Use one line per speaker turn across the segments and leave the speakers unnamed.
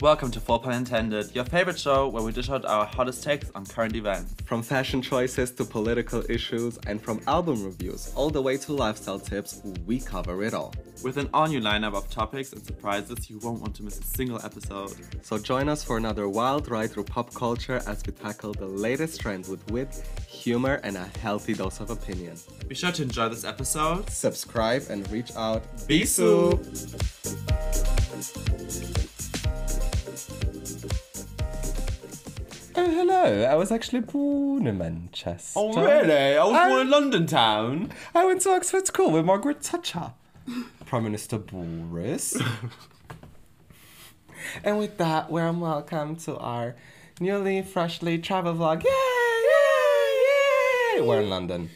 Welcome to Four Pun Intended, your favorite show where we dish out our hottest takes on current events.
From fashion choices to political issues, and from album reviews all the way to lifestyle tips, we cover it all.
With an all new lineup of topics and surprises, you won't want to miss a single episode.
So join us for another wild ride through pop culture as we tackle the latest trends with wit, humor, and a healthy dose of opinion.
Be sure to enjoy this episode.
Subscribe and reach out.
Bisu!
Oh, hello. I was actually born in Manchester.
Oh, I was born in London town.
I went to Oxford School with Margaret Thatcher, Prime Minister Boris. and with that, warm welcome to our newly, freshly travel vlog. Yay! Yay! Yay! We're in London.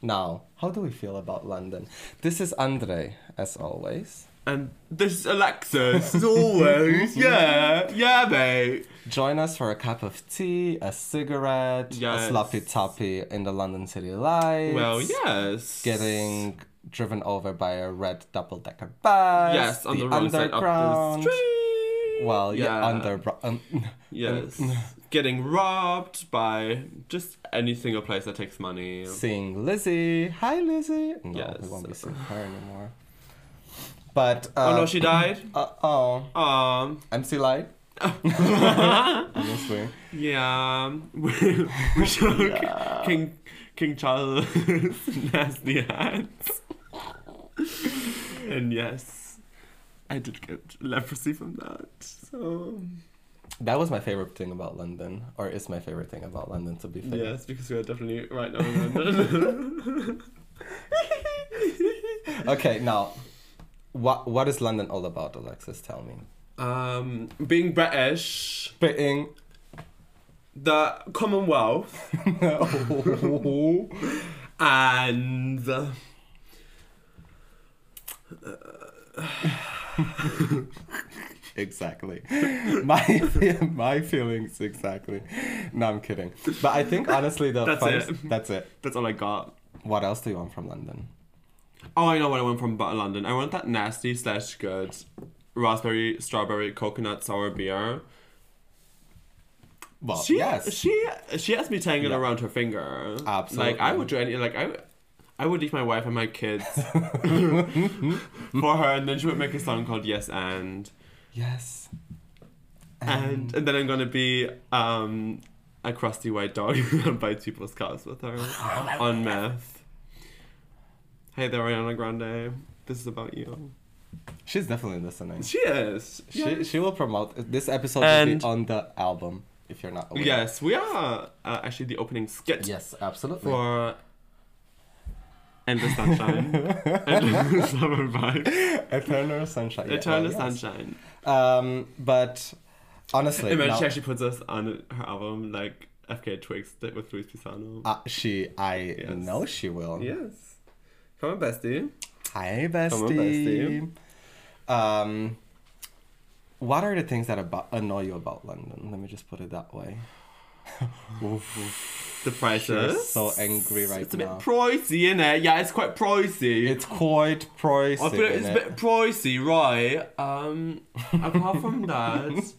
Now, how do we feel about London? This is Andre, as always.
And this is Alexis, as always. yeah, yeah, mate.
Join us for a cup of tea, a cigarette,
Yes.
a sloppy toppy in the London City Lights.
Well, yes.
getting driven over by a red double decker bus.
Yes, on the, road side up the
underground.
street.
Well, yeah,
Yeah.
under um,
Yes. Getting robbed by just anything or place that takes money.
seeing Lizzie. Hi, Lizzie. No, we
Yes.
won't be seeing her anymore. But
oh no,
um,
she died?
uh, oh,
Um,
MC Light. Honestly,
yeah. we we show King, King Charles nasty hands. and yes, I did get leprosy from that. So,
that was my favorite thing about London, or is my favorite thing about London. To be fair,
yes, because we are definitely right now in London.
Okay, now, what what is London all about, Alexis? Tell me.
um, being British,
Spitting.
the Commonwealth. and uh,
Exactly. My fe- my feelings exactly. No, I'm kidding. But I think honestly the
That's
funnest-
it.
that's it.
that's all I got.
What else do you want from London?
Oh, I know what I want from Bu- London. I want that nasty slash good raspberry, strawberry, coconut sour beer.
Well,
She
yes.
she she has me tangled
Yeah.
around her finger.
Absolutely.
Like I would do any like I. would- I would leave my wife and my kids for her, and then she would make a song called "Yes and,"
yes.
and and then I'm gonna be um, a crusty white dog and bite people's cars with her
Oh,
on meth. Hey there, Ariana Grande. This is about you.
She's definitely listening.
She is.
She she will promote this episode will
And-
be on the album if you're not aware.
Yes, we are uh, actually the opening skit
Yes, absolutely.
for Endless Sunshine. Endless Summer Vibes.
Eternal Sunshine. yeah,
Eternal
well, yes.
Sunshine.
Um but honestly
And then
now-
she actually puts us on her album, like FK Twigs did with Luis Pisano.
uh, she I
Yes.
know she will.
yes. Come on, bestie.
Hi,
on,
bestie. Um, what are the things that about, annoy you about London? Let me just put it that way.
The prices.
You're so angry right
it's a bit
now.
pricey, isn't it? Yeah, it's quite pricey.
it's quite pricey.
I feel it's a
innit?
bit pricey, right? Um, apart from that,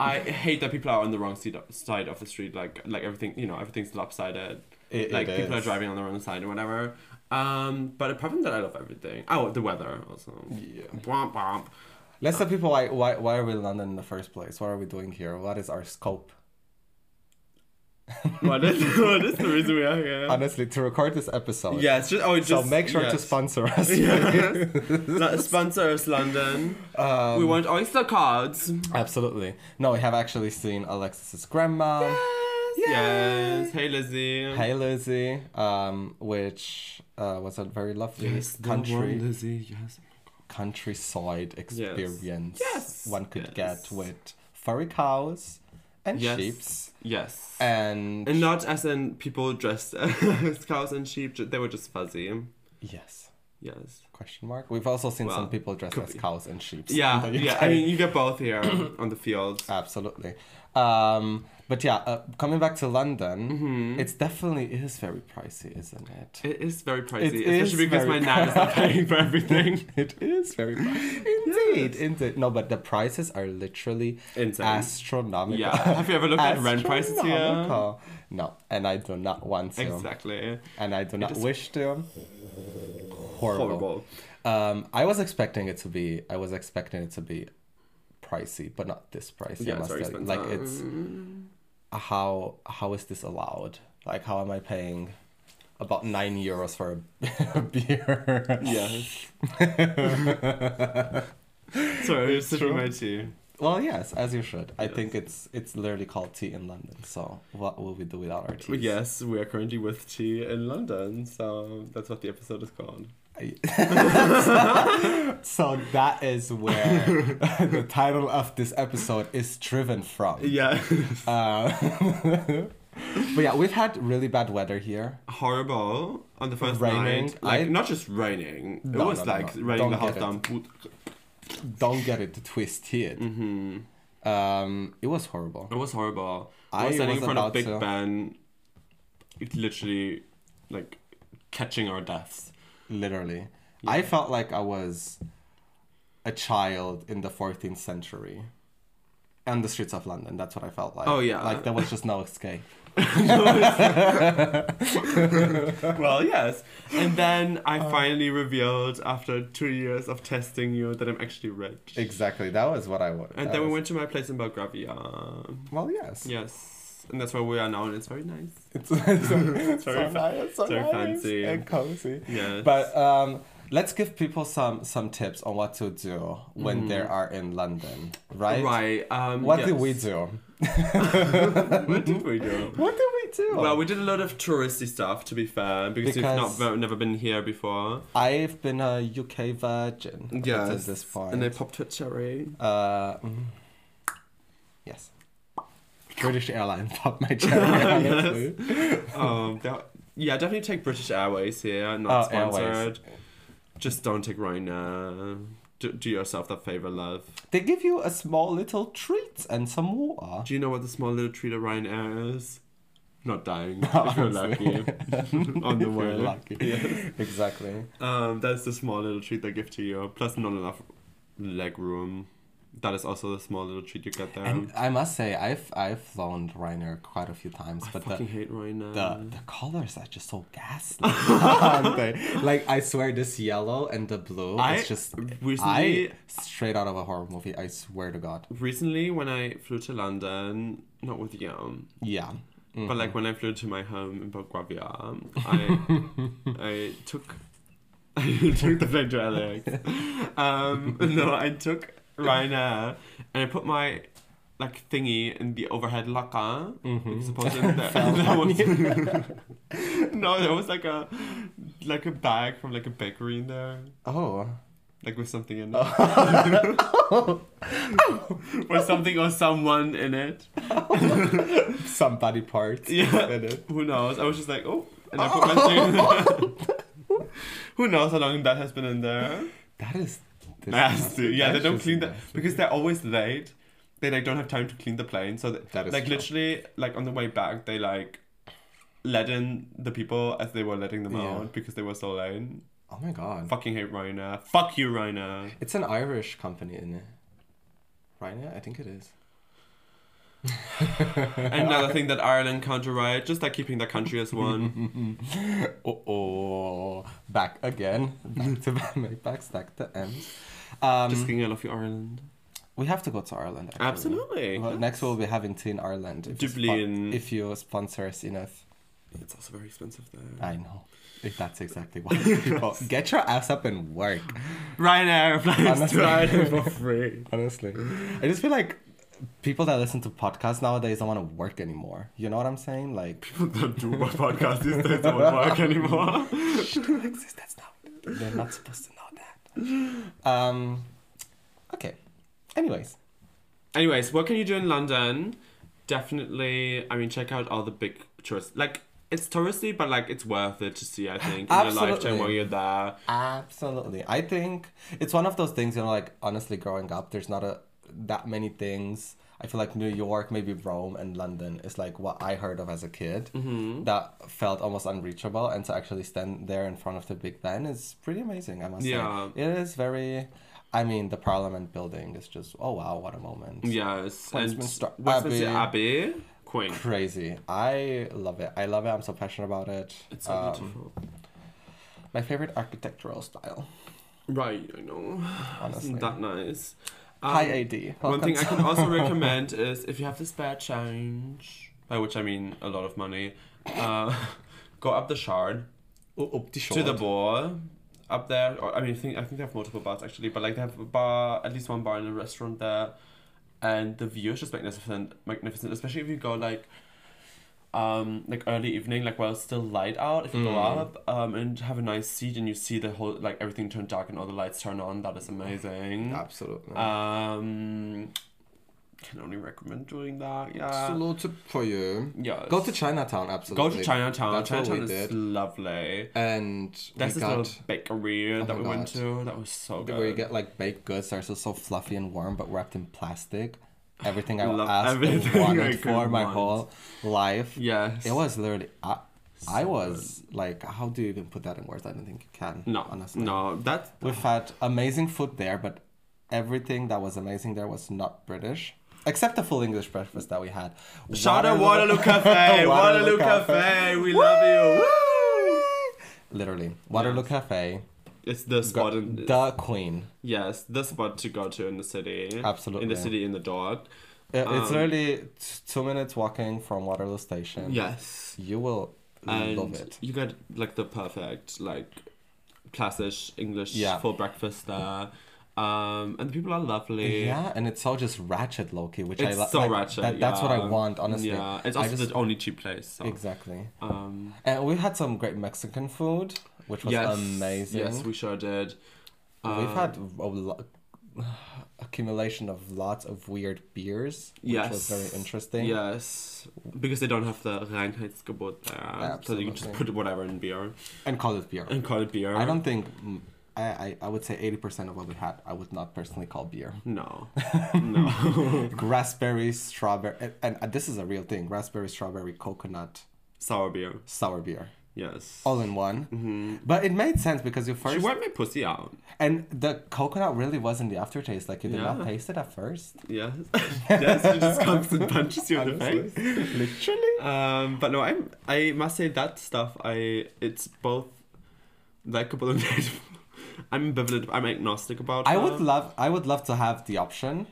I hate that people are on the wrong seat, side of the street. Like, like everything, you know, everything's lopsided.
It-
like
it
people are
is.
driving on the wrong side or whatever. Um, but apart from that, I love everything. Oh, the weather also.
Yeah.
Womp womp.
Let's tell people why, why why are we in London in the first place? What are we doing here? What is our scope?
What is, what is the reason we are here?
Honestly, to record this episode.
yeah, it's just oh, it's
So
just
make sure to
yes.
sponsor us.
Lo- sponsor us, London.
Um,
we want oyster cards.
Absolutely. No, we have actually seen Alexis's grandma.
Yes. Hey, Lizzie.
Hey Lizzie, um, which uh, was a very lovely
the one,
country
Lizzie. Yes.
countryside experience
Yes.
one could
Yes.
get with furry cows and
Yes.
sheep
Yes.
and,
And not as in people dressed as cows and sheep. ju- They were just fuzzy.
yes
Yes.
question mark we've also seen
Well,
some people dressed
could
as
be.
cows and sheep
Yeah.
in the
Yeah.
UK.
I mean, you get both here on the fields.
absolutely um, But yeah, uh, coming back to London,
Mm-hmm.
it's definitely it is very pricey, isn't it?
It is very pricey,
It is
especially because my
very
nan is not paying for everything.
it is very indeed, indeed. No, but the prices are literally
Insane.
astronomical.
Yeah. Have you ever looked at rent prices here?
Astronomical. No, and I do not want to,
exactly.
and I do not
is
wish to. Horrible.
Horrible.
Um, I was expecting it to be. I was expecting it to be pricey, but not this pricey.
Yeah,
I
it's
must
very
tell you. Like it's
expensive.
how how is this allowed? Like how am I paying about nine euros for a, a beer?
Mm. Yes. Sorry, I was sipping my tea.
Well, yes, as you should. I think it's it's literally called tea in London. So what will we do without our tea?
Yes, we are currently with tea in London, so that's what the episode is called.
So that is where the title of this episode is driven from.
Yeah.
Uh, but yeah, we've had really bad weather here.
Horrible on the first
Raining.
night. Like
I-
not just raining.
No, no,
it was
no,
like
no.
raining
Don't
the house
get it.
down. Put-
Don't get it twisted.
Mhm.
Um, it was horrible.
It was horrible. I
I
was standing
was
in front of
about
Big
to-
Ben. It's literally like catching our deaths.
Literally, I felt like I was a child in the 14th century, on the streets of London. That's what I felt like.
Oh, yeah.
like there was just no escape.
well, yes. And then I finally revealed after two years of testing you that I'm actually rich.
Exactly, that was what I would.
And then we went to my place in Belgravia.
Well, yes.
Yes. And that's where we are now, and it's very nice.
It's, it's, it's
very
so
fa-
nice, so
very
nice
fancy.
and cozy.
Yes.
But um, let's give people some some tips on what to do when they are in London, right?
Mm. right. Um,
What
yes.
do we do?
what did we do?
What do we do?
Well, we did a lot of touristy stuff, to be fair, because,
Because-
you've not never been here before.
I've been a UK virgin up
Yes.
until this point.
And they popped a cherry.
Uh, mm. yes. British Airlines popped my cherry, honestly.
um, that- yeah, definitely take British Airways here,
Oh,
not
Airways.
sponsored. Just don't take Ryanair. Do, do yourself that favor, love.
They give you a small little treat and some water.
Do you know what the small little treat of Ryanair is? Not dying. if you're lucky. On the
If
way.
you're lucky.
Yes.
Exactly.
Um, that's the small little treat they give to you. Plus, not enough leg room. That is also the small little treat you get there.
And I must say, I've I've flown Ryanair quite a few times,
I
but
fucking
the,
hate Ryanair.
the the colors are just so ghastly. aren't they? Like I swear, this yellow and the blue
I
is just
recently-
I straight out of a horror movie. I swear to God.
Recently, when I flew to London, not with you,
Yeah. Mm.
But like when I flew to my home in Belgravia, um, I I took I took the plane to LAX. Um, no, I took Ryanair and I put my like thingy in the overhead locker.
Mhm.
Supposedly there,
Fell
there
on
was no, there was like a like a bag from like a bakery in there,
Oh.
like with something in it, or something or someone in it.
Some body parts.
Yeah.
in it.
Who knows? I was just like, oh, and I put my thing in there. Who knows how long that has been in there?
That is disgusting.
Nasty. Yeah, they
That's
don't
just
clean that
nasty.
because they're always late. They like don't have time to clean the plane, so that,
That is
like
true.
literally like on the way back they like let in the people as they were letting them
Yeah.
out because they were so late.
Oh my god.
Fucking hate Ryanair. Fuck you, Ryanair.
It's an Irish company, isn't it? Ryanair, I think it is.
Another thing that Ireland can't do right, just like keeping their country as one.
Oh, oh, back again. Back to back, make back, stack the M's. Um,
just thinking I love you, Ireland.
we have to go to Ireland. Actually.
Absolutely.
Well, next we'll be having tea in Ireland. If you spo-
Dublin.
if you sponsor us enough.
It's also very expensive there.
I know. If that's exactly what people get your ass up and work.
Ryanair flies
Honestly.
to Ireland for free.
Honestly, I just feel like people that listen to podcasts nowadays don't want to work anymore. You know what I'm saying? Like,
don't do my podcast these days don't work anymore.
Alexis, that's not. They're not supposed to know that. Um. Okay. Anyways,
Anyways, what can you do in London? Definitely, I mean, check out all the big tourist. Like, it's touristy, but like, it's worth it to see. I think in your
Absolutely.
lifetime while you're there.
absolutely. I think it's one of those things. You know, like honestly, growing up, there's not a that many things I feel like New York, maybe Rome and London is like what I heard of as a kid
Mm-hmm.
that felt almost unreachable. And to actually stand there in front of the Big Ben is pretty amazing, I must
Yeah.
say. It is very, I mean, the Parliament building is just, oh wow, what a moment.
Yes. and
Westminster
Westminster Abbey. Queen.
Crazy. I love it. I love it. I'm so passionate about it.
It's so
Um,
beautiful.
My favorite architectural style.
Right, I know.
Honestly.
Isn't that nice?
Hi,
Um,
AD.
One
Welcome
thing I
to-
can also recommend is if you have the spare change, by which I mean a lot of money, uh, go up the shard to the bar up there. Or, I mean, I think I think they have multiple bars actually, but like they have a bar, at least one bar in a restaurant there, and the view is just magnificent, magnificent. Especially if you go like. Um, like early evening, like while it's still light out, if you go
Mm.
up um, and have a nice seat and you see the whole like everything turn dark and all the lights turn on, that is amazing.
Absolutely.
Um, can only recommend doing that. Yeah.
Absolutely for you.
Yeah.
Go to Chinatown, absolutely.
Go to Chinatown.
That's what we
Chinatown is
did.
lovely.
And
That's
we
this
got
little bakery
Oh
that
my
we went
God.
to. That was so good.
where you get like baked goods that are so, so fluffy and warm but wrapped in plastic. Everything I
Love
asked
everything
and
I
wanted
could
for my
want.
whole life.
Yes.
It was literally. I, I
So
was like, how do you even put that in words? I don't think you can.
No.
honestly.
No. That's
We've had amazing food there, but everything that was amazing there was not British. Except the full English breakfast that we had.
shout out Waterloo Cafe. Waterloo Cafe. We love you.
you. Literally. Waterloo
Yes.
Cafe.
It's the spot. In,
The queen.
yes, the spot to go to in the city. In
Absolutely.
the city, in the dark.
I- It's
Um,
literally t- two minutes walking from Waterloo Station.
Yes.
You will
and
Mm-hmm. love it.
you get like the perfect like classish English
Yeah.
for breakfast there. Um, and the people are lovely.
Yeah, and it's all just ratchet, Loki, which I
It's
love.
so ratchet.
That, that's what I
yeah.
want, honestly.
Yeah, it's
I
also
just-
the only cheap place. So.
Exactly.
Um,
And Uh, we had some great Mexican food, which was
yes,
amazing.
Yes, we sure did.
We've
Um,
had a lo- accumulation of lots of weird beers, which
Yes.
was very interesting.
Yes, because they don't have the Reinheitsgebot there, so you can just
Absolutely.
put whatever in beer
And call it beer.
and call it beer.
I don't think. mm, I, I, I would say 80% of what we had, I would not personally call beer.
No, no,
Raspberry, strawberry, and, and uh, this is a real thing raspberry, strawberry, coconut,
sour beer.
sour beer.
Yes.
All in one. Mm-hmm. But it made sense because you
she
first.
wiped my pussy out.
And the coconut really was in the aftertaste. Like, you did not
Yeah.
taste it at first.
Yes. yes, it just comes and punches you in the
Honestly.
face.
Literally.
Um, but no, I'm I must say that stuff I it's both likable and hateable. I'm ambivalent I'm agnostic about
I
her.
would love I would love to have the option.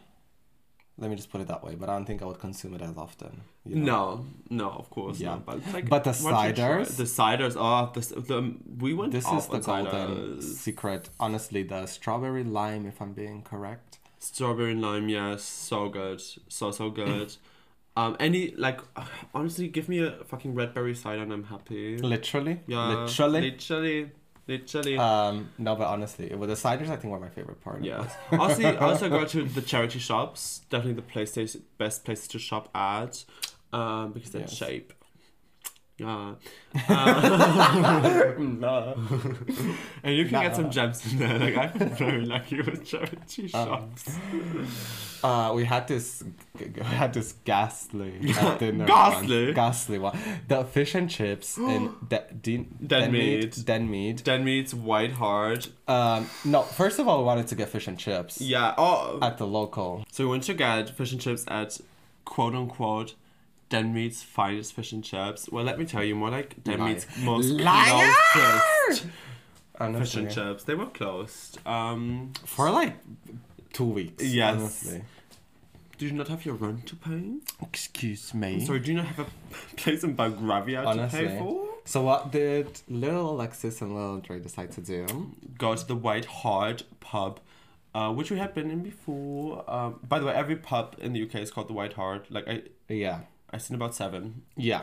Let me just put it that way, but I don't think I would consume it as often. you know?
No, no, of course
Yeah.
not. But, like,
But the
why don't you try-
ciders?
the ciders, oh, this, the, we went
This
off
is the
on
golden
ciders.
secret. Honestly, the strawberry lime, if I'm being correct.
Strawberry and lime, yes, so good, so so good. um, any like, honestly, give me a fucking red berry cider and I'm happy.
Literally.
Yeah,
Literally.
literally, literally.
Um no, but honestly, it was the ciders I think were my favorite part. of
Yeah.
it.
also, also go to the charity shops. Definitely the place they- best places to shop at, um, because they're
Yes.
cheap. Yeah. Uh, and you can get some gems in there. Like I've been very lucky with charity
Um.
shops.
Uh, we had this, g- g- we had this ghastly at dinner.
Ghastly?
once. ghastly one. The fish and chips in De- De-
Denmead.
Denmead.
Denmead's White Hard.
Um, no, first of all, we wanted to get fish and chips
Yeah. Oh.
at the local.
so we went to get fish and chips at quote unquote. Denmead's finest fish and chips. Well, let me tell you, more like Denmead's most
Liar!
closest fish and
Honestly.
chips. They were closed. Um,
For like two weeks.
Yes.
honestly.
Do you not have your rent to pay?
Hmm? Excuse me.
Sorry, do you not have a place in Belgravia to
Honestly.
pay for?
So what did little Alexis and little Andre decide to do?
Go to the White Hart pub, uh, which we had been in before. Um, by the way, every pub in the UK is called the White Hart. Like I,
Yeah.
I seen about seven.
Yeah.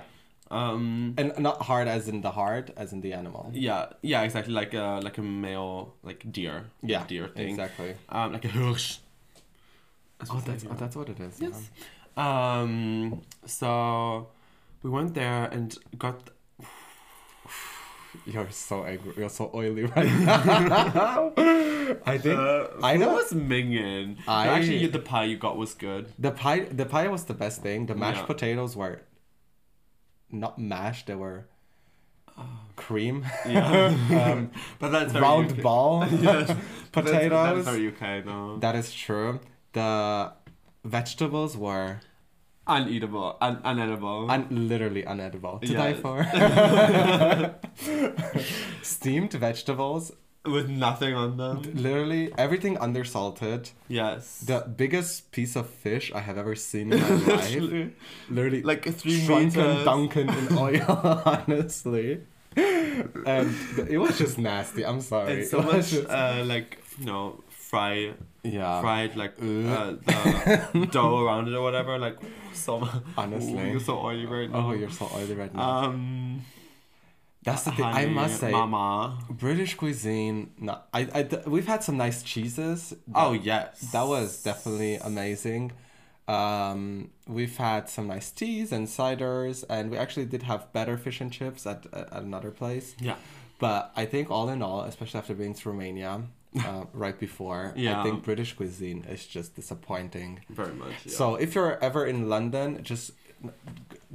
Um,
And not hard as in the hard, as in the animal.
yeah, yeah, exactly. Like a like a male like deer.
Yeah.
deer thing.
Exactly.
Um, like a hirsch.
Oh
what they
that's,
do.
oh, that's what it is.
Yes. Um, so we went there and got
You're so angry. You're so oily right now. I think
Uh,
I
who
know-
was minging. No,
I-
Actually, yeah, the pie you got was good.
the pie. The pie was the best thing. The mashed
Yeah.
potatoes were not mashed. They were cream.
Yeah.
um,
but that's very
round
UK.
ball
Yes. But that's-
potatoes.
That's very UK though.
that is true. The vegetables were
uneatable, un- unedible.
un- literally unedible to die
Yes.
for. Steamed vegetables,
with nothing on them.
literally everything undersalted.
Yes.
The biggest piece of fish I have ever seen in my life.
Literally.
Literally,
like three
shrunken,
meters.
dunken in oil. honestly, and th- it was just nasty. I'm sorry.
And so
It was
much
just-
uh, like you know fry
yeah.
fried like uh,
Ugh.
the dough around it or whatever like so much.
Honestly.
you're so oily right now.
Oh, you're so oily right now.
Um,
That's the thing. I
honey,
must say,
Mama.
British cuisine. No, I, I, th- we've had some nice cheeses.
Oh yes,
that was definitely amazing. Um, we've had some nice teas and ciders, and we actually did have better fish and chips at, at another place.
yeah.
But I think all in all, especially after being to Romania uh, right before, I
Yeah.
think British cuisine is just disappointing.
Very much. Yeah.
So if you're ever in London, just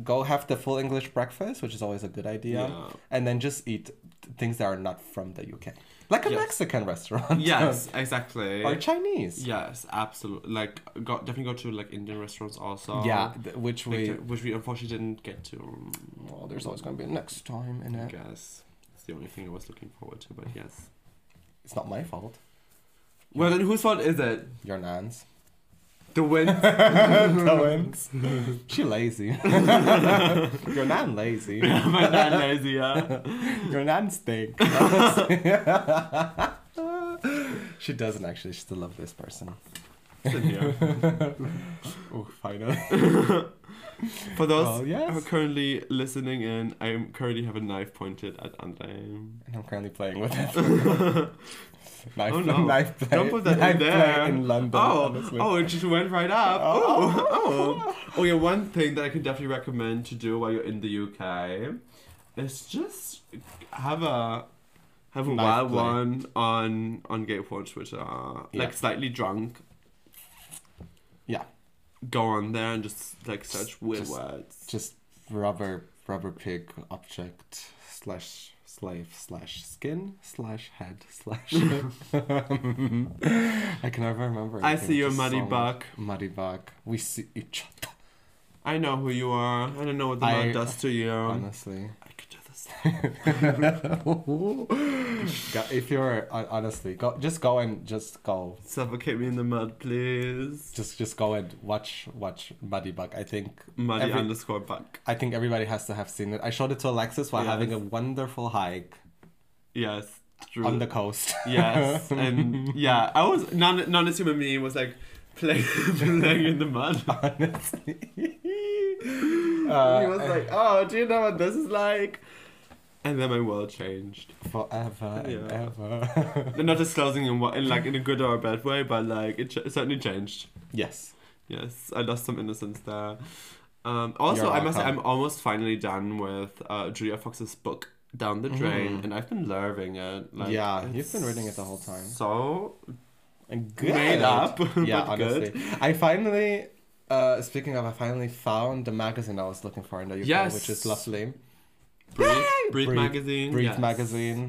go have the full English breakfast, which is always a good idea,
Yeah.
and then just eat things that are not from the UK, like a
Yes.
Mexican restaurant.
yes, exactly.
Or Chinese.
Yes, absolutely. Like, go, definitely go to like Indian restaurants also.
Yeah, th- which
Like,
we.
th- which we unfortunately didn't get to.
Well, there's always gonna be a next time in
I
it.
guess it's the only thing I was looking forward to, but yes.
It's not my fault.
Well, then whose fault is it?
Your nan's.
The wind.
Cohen's. she lazy. Your nan lazy.
My dad lazy, yeah.
Your nan stink. she doesn't actually. She still loves this person.
Sit here.
Oh, finally.
For those
Well, yes.
who are currently listening in, I am- currently have a knife pointed at Andre.
And I'm currently playing with it. knife,
Oh, no.
knife play.
Don't put that
knife
in
play
there.
in London.
Oh,
honestly.
oh, it just went right up. Oh, oh. oh, yeah. One thing that I can definitely recommend to do while you're in the UK is just have a have a
Knife
wild
play.
one on on gay porn Twitter,
Yeah.
like slightly drunk.
Yeah.
Go on there and just like search weird
just-
words.
just rubber rubber pig object slash slave slash skin slash head slash I can never remember.
I
anything,
see you,
just
muddy
much-
buck.
Muddy buck. We see each other.
I know who you are. I don't know what the
I-
mud does to you.
honestly,
I could do this.
Go- if you're hon- honestly go, just go and just go,
Suffocate me in the mud, please.
just just go and watch watch muddy buck. I think
Muddy
every-
underscore buck.
I think everybody has to have seen it. I showed it to Alexis while
Yes.
having a wonderful hike
Yes. True.
on the coast.
yes. And yeah, I was non non assuming me was like playing playing in the mud.
Uh, honestly.
he was like, Oh, do you know what this is like? And then my world changed.
forever and
Yeah.
ever.
And not disclosing in what in like in a good or a bad way, but like it, ch- it certainly changed.
yes.
Yes, I lost some innocence there. Um, also, I must say,
welcome.
I'm almost finally done with uh, Julia Fox's book, Down the Drain,
Mhm.
and I've been loving it. Like,
Yeah, you've
it's
been reading it the whole time.
So
And good.
Made up,
Yeah,
but
honestly.
good.
I finally uh speaking of I finally found the magazine I was looking for in the UK,
Yes.
which is lovely.
Breathe, Breathe,
Breathe-
magazine.
Breathe
yes.
magazine.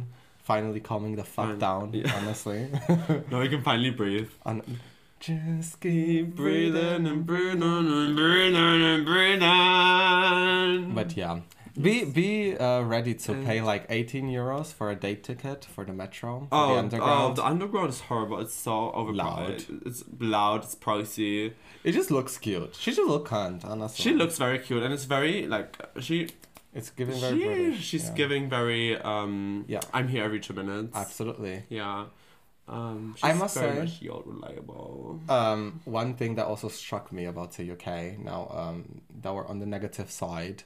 Finally calming the fuck
Fine.
down,
Yeah.
honestly.
Now we can finally breathe.
On just
Keep
keep
breathing and breathing and breathing and breathing.
But yeah, be be uh, ready to
And-
pay like 18 euros for a day ticket for the metro, for
oh,
the
oh,
underground.
the underground is horrible. It's so overpriced. It's loud. It's pricey.
It just looks cute. She just look cunt, honestly.
She looks very cute, and it's very like she.
It's giving very
she
British.
she's
yeah.
giving very. Um,
Yeah.
I'm here every two minutes.
Absolutely.
Yeah. Um, she's
I must
very
say-
much yacht reliable.
Um, one thing that also struck me about the UK now um, that we're on the negative side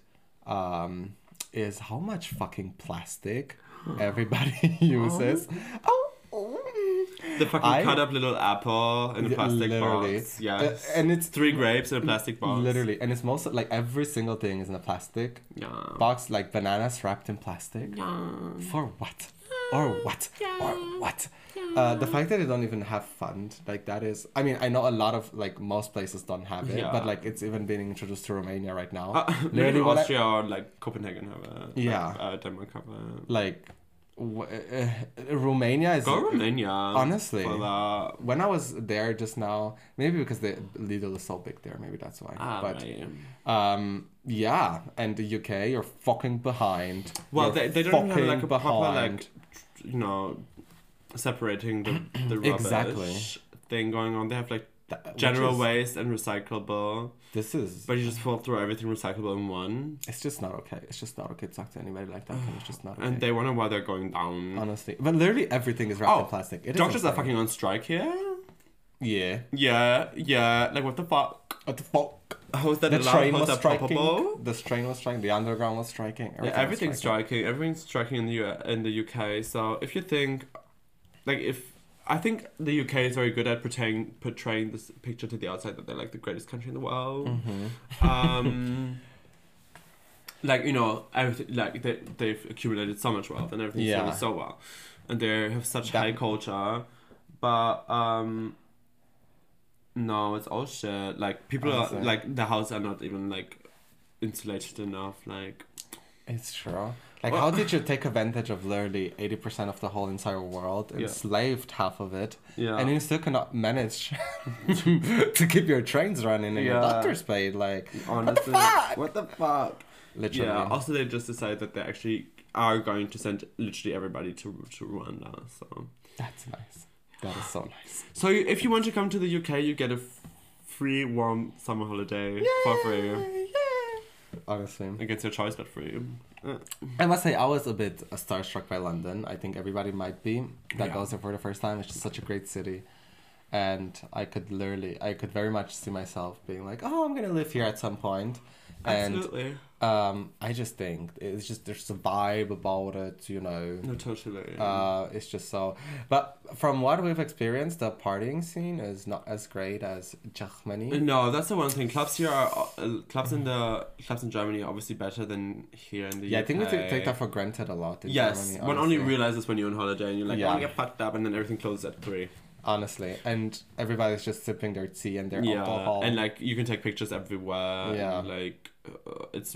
um, is how much fucking plastic everybody uses. Oh. oh, mm.
The fucking
I-
cut up little apple in a
Yeah,
plastic
literally.
box. Yes.
Uh, and it's
Three grapes in a plastic box.
Literally, and it's most like every single thing is in a plastic
Yeah.
box, like bananas wrapped in plastic.
Um,
For what? Or what? Or what? Uh, the fact that they don't even have fund like that is. I mean, I know a lot of like most places don't have it,
Yeah.
but like it's even being introduced to Romania right now.
Uh, maybe
literally,
in
what I-
Austria or like Copenhagen have a like,
Yeah.
uh, Denmark have a
like w- uh, uh, Romania is
go Romania
honestly.
for that.
when I was there just now, maybe because the Lidl is so big there, maybe that's why.
Ah,
but
right.
um, yeah, and the UK, you're fucking behind.
Well,
You're
they, they don't have
fucking
like a proper
behind.
like tr- you know separating the the rubbish
Exactly.
thing going on. They have like
That- which
general
is-
waste and recyclable,
This is.
but you just fall through everything recyclable in one.
It's just not okay. It's just not okay to talk to anybody like that. and It's just not okay.
And they wonder why they're going down.
Honestly, but literally everything is wrapped
Oh,
in plastic. It is
Doctors are
insane.
fucking on strike here.
Yeah.
Yeah, yeah. Like what the fuck?
What the fuck?
How is that
The
allowed?
train
How is
was
that
striking.
palpable?
The train was striking. The underground was striking.
Yeah,
was
everything's striking. Everything's striking in the U- in the UK. So if you think, like, if I think the UK is very good at portraying portraying this picture to the outside that they're like the greatest country in the world.
Mm-hmm. Mm.
Um, like you know, everything like they they've accumulated so much wealth and everything's
Yeah.
doing so well, and they have such
That-
high culture, but um. No, it's all shit. Like people are
Honestly.
like the houses are not even like insulated enough. Like
It's true. Like,
Well-
how did you take advantage of literally 80% of the whole entire world,
Yeah.
enslaved half of it,
yeah,
and you still cannot manage to keep your trains running and your
Yeah.
doctors paid? Like,
Honestly,
what the fuck? Literally.
yeah. Also, they just decided that they actually are going to send literally everybody to to Rwanda. So,
That's nice. That is so nice.
so you- if you want to come to the UK, you get a f- free warm summer holiday for free.
Honestly.
Against your choice, but free. Uh,
I must say, I was a bit starstruck by London. I think everybody might be that
Yeah.
goes there for the first time. It's just such a great city. And I could literally, I could very much see myself being like, oh, I'm going to live here at some point. And
absolutely.
um, I just think it's just, there's a vibe about it, you know.
No, totally.
Uh, it's just so. But from what we've experienced, the partying scene is not as great as Germany.
no, that's the one thing. Clubs here are uh, clubs in the clubs in Germany are obviously better than here in the
Yeah, I
UK.
think we take take that for granted a lot. In
Yes,
Germany,
one only
honestly.
realizes when you're on holiday and you're like,
Yeah.
oh, I get fucked up, and then everything closes at three.
Honestly, and everybody's just sipping their tea and their
yeah,
alcohol.
and like you can take pictures everywhere.
Yeah.
and, like uh, it's,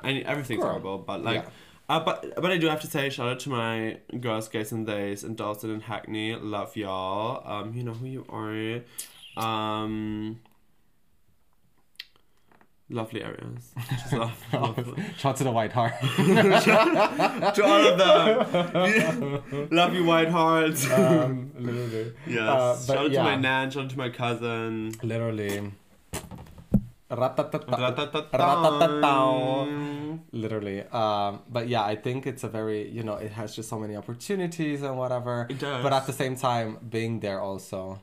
I mean, everything's
Cool.
horrible. But like,
Yeah.
uh, but but I do have to say shout out to my girls, gays and theys in Dawson and Hackney. Love y'all. Um, you know who you are. Um, lovely areas. Just love, love,
Shout out to the White Hart.
to all of them. love you, white hearts.
um, literally.
yes.
uh, but
shout out
yeah.
to my nan. Shout out to my cousin.
Literally. Ratatata.
Ratatata.
Literally. Um, but yeah, I think it's a very, you know, it has just so many opportunities and whatever.
It does.
But at the same time, being there also,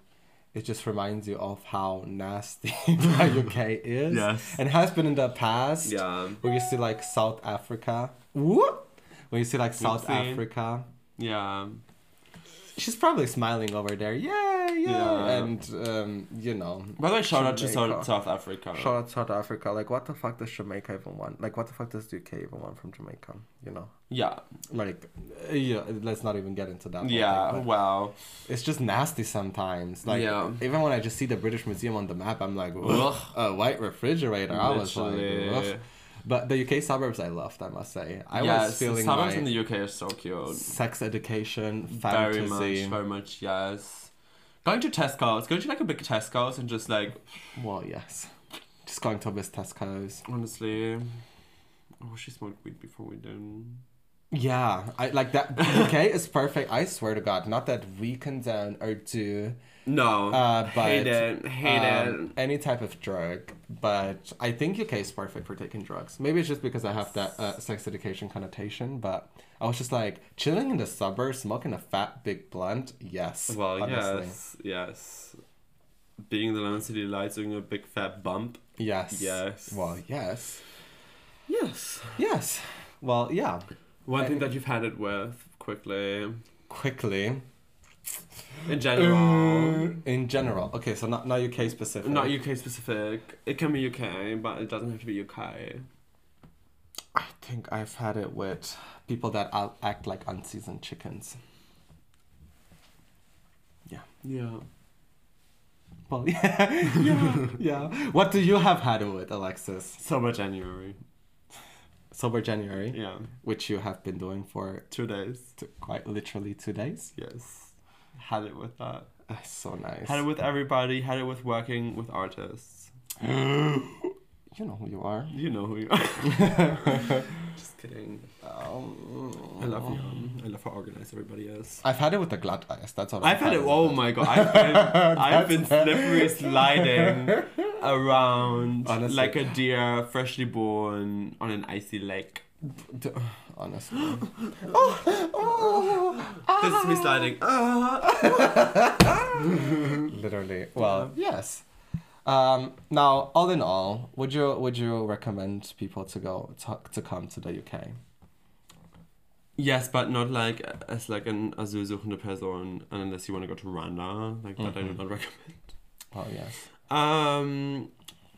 it just reminds you of how nasty the UK is.
Yes.
And has been in the past.
Yeah.
Where you see like South Africa. What? Where you see like South
Whoopsie.
Africa.
Yeah.
She's probably smiling over there. Yeah, yeah.
Yeah.
And, um, you know.
By the way, shout out to
Jamaica.
South, South Africa.
Shout out South Africa. Like, what the fuck does Jamaica even want? Like, what the fuck does the UK even want from Jamaica? You know?
Yeah.
Like, uh, yeah, let's not even get into that. whole
Yeah.
thing,
Wow.
but It's just nasty sometimes. Like,
Yeah.
even when I just see the British Museum on the map, I'm like,
Ugh.
ugh, a white refrigerator. I was like,
Literally.
ugh. But the UK suburbs I loved, I must say. I
yes,
was feeling
suburbs
my
in the UK are so cute.
sex education,
Very
fantasy.
much, very much. Yes. Going to Tesco's, going to like a big Tesco's, and just like
Well, yes. Just going to Miss Tesco's.
honestly, I wish we smoked weed before we did.
Yeah, I like that. Okay, is perfect. I swear to God, not that we condone or do
No.
Uh, but,
hate it. Hate
um, any type of drug, but I think UK is perfect for taking drugs. Maybe it's just because I have that uh, sex education connotation, but I was just like chilling in the suburbs, smoking a fat big blunt. Yes,
it. Well,
honestly.
yes, yes. Being in the London City Lights, doing a big fat bump.
yes,
Yes.
Well, yes,
Yes.
yes. Well, yeah.
One thing that you've had it with quickly.
Quickly.
in general.
in general. Okay, so not, not UK specific.
Um, Not UK specific. It can be UK, but it doesn't have to be UK.
I think I've had it with people that out- act like unseasoned chickens.
Yeah.
Well, yeah, yeah, yeah. What do you have had it with, Alexis?
Sober January.
Sober January,
Yeah.
which you have been doing for
Two days.
t- quite literally two days.
Yes. Had it with that.
That's so nice.
Had it with everybody. Had it with working with artists.
you know who you are.
You know who you are. Just kidding.
Um,
I love you. I love how organized everybody is.
I've had it with the glad eyes. That's what
I've had it.
with
Oh my god! I've been, I've been
That's-
slippery sliding around
Honestly.
like a deer freshly born on an icy lake.
D- Honestly. oh, oh,
This is me sliding. Ah.
Literally. Well, yes. Um, now, all in all, would you would you recommend people to go to, to come to the UK?
Yes, but not like as like an asylsuchende person, and unless you want to go to Rwanda, like that I do
Mhm.
not recommend.
Oh yes,
Um,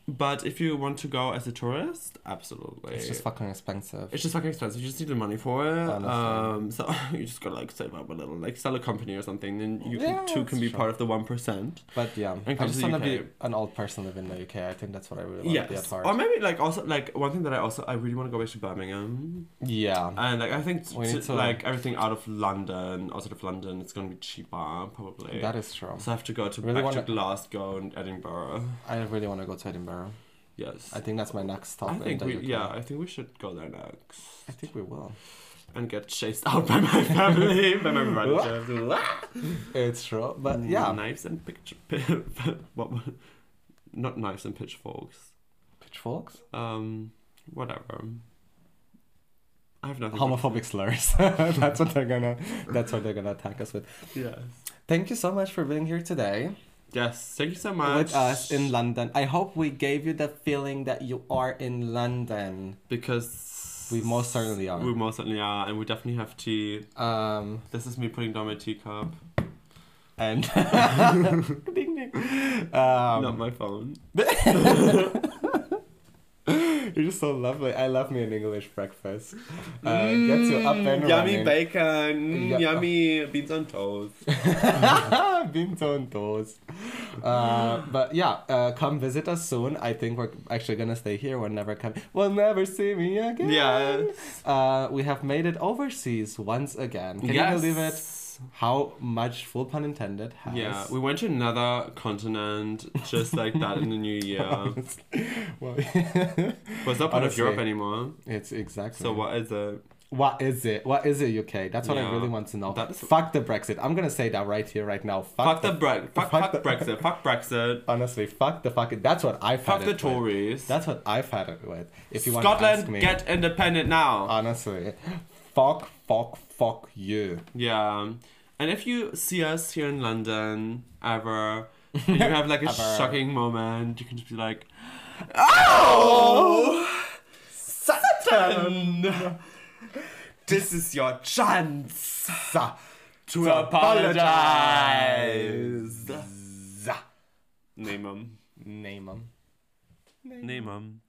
but if you want to go as a tourist, absolutely.
it's just fucking expensive.
It's just fucking expensive. You just need the money for it.
Honestly.
Um, so you just gotta like save up a little, like sell a company or something. Then you
Yeah,
can, two can
that's
be
true.
part of the one percent.
But yeah, I
And come
just
to the
want to be
UK.
an old person living in the UK. I think that's what I really want to be a
Yes.
part.
Or maybe like also like one thing that I also I really want to go back to Birmingham.
yeah,
And like I think
We
t-
need to-
like everything out of London, outside of London, it's gonna be cheaper probably.
that is true.
so I have to go to
Really
back
wanna-
to Glasgow and Edinburgh.
I really want to go to Edinburgh.
Yes.
I think that's my next stop.
I
in
think
the
we
UK.
yeah I think we should go there next
I think we will.
and get chased out by my family by my relatives.
It's true, but yeah,
Mm, knives and picture. what? was- Not knives and pitchforks.
pitchforks,
Um, whatever. I have nothing.
homophobic slurs. that's what they're gonna. That's what they're gonna attack us with.
Yes.
Thank you so much for being here today.
Yes. Thank you so much.
with us in London. I hope we gave you the feeling that you are in London.
because
We most certainly are.
We most certainly are, and we definitely have tea.
Um,
This is me putting down my teacup,
and ding ding. Um,
not my phone.
you're just so lovely. I love me an English breakfast. Uh, gets you up and
Mm. yummy
running.
bacon,
Yeah.
yummy beans on toast.
Beans on toast. Uh, but yeah, uh, come visit us soon. I think we're actually gonna stay here. We'll never come. We'll never see me again.
Yes.
Uh, we have made it overseas once again. Can you believe it? how much full pun intended has
Yeah, we went to another continent just like that in the new year.
well,
But it's not part of
Honestly. Mm.
Europe anymore.
it's exactly
So what is it?
what is it what is it uk that's what i
Yeah.
really want to know
That is-
fuck the brexit i'm gonna say that right here right now fuck,
Fuck the Brexit. Fuck,
fuck
fuck
the-
Brexit. Fuck Brexit.
honestly fuck the fucking that's what i've
Fuck
had
the
it with.
Tories.
that's what i've had it with if you want to ask
Scotland,
me
get independent now.
honestly fuck fuck fuck you
yeah. And if you see us here in London ever, and you have like a
Ever.
shocking moment, you can just be like,
oh
Satan! This is your chance to apologize. Name 'em.
name them
Name 'em.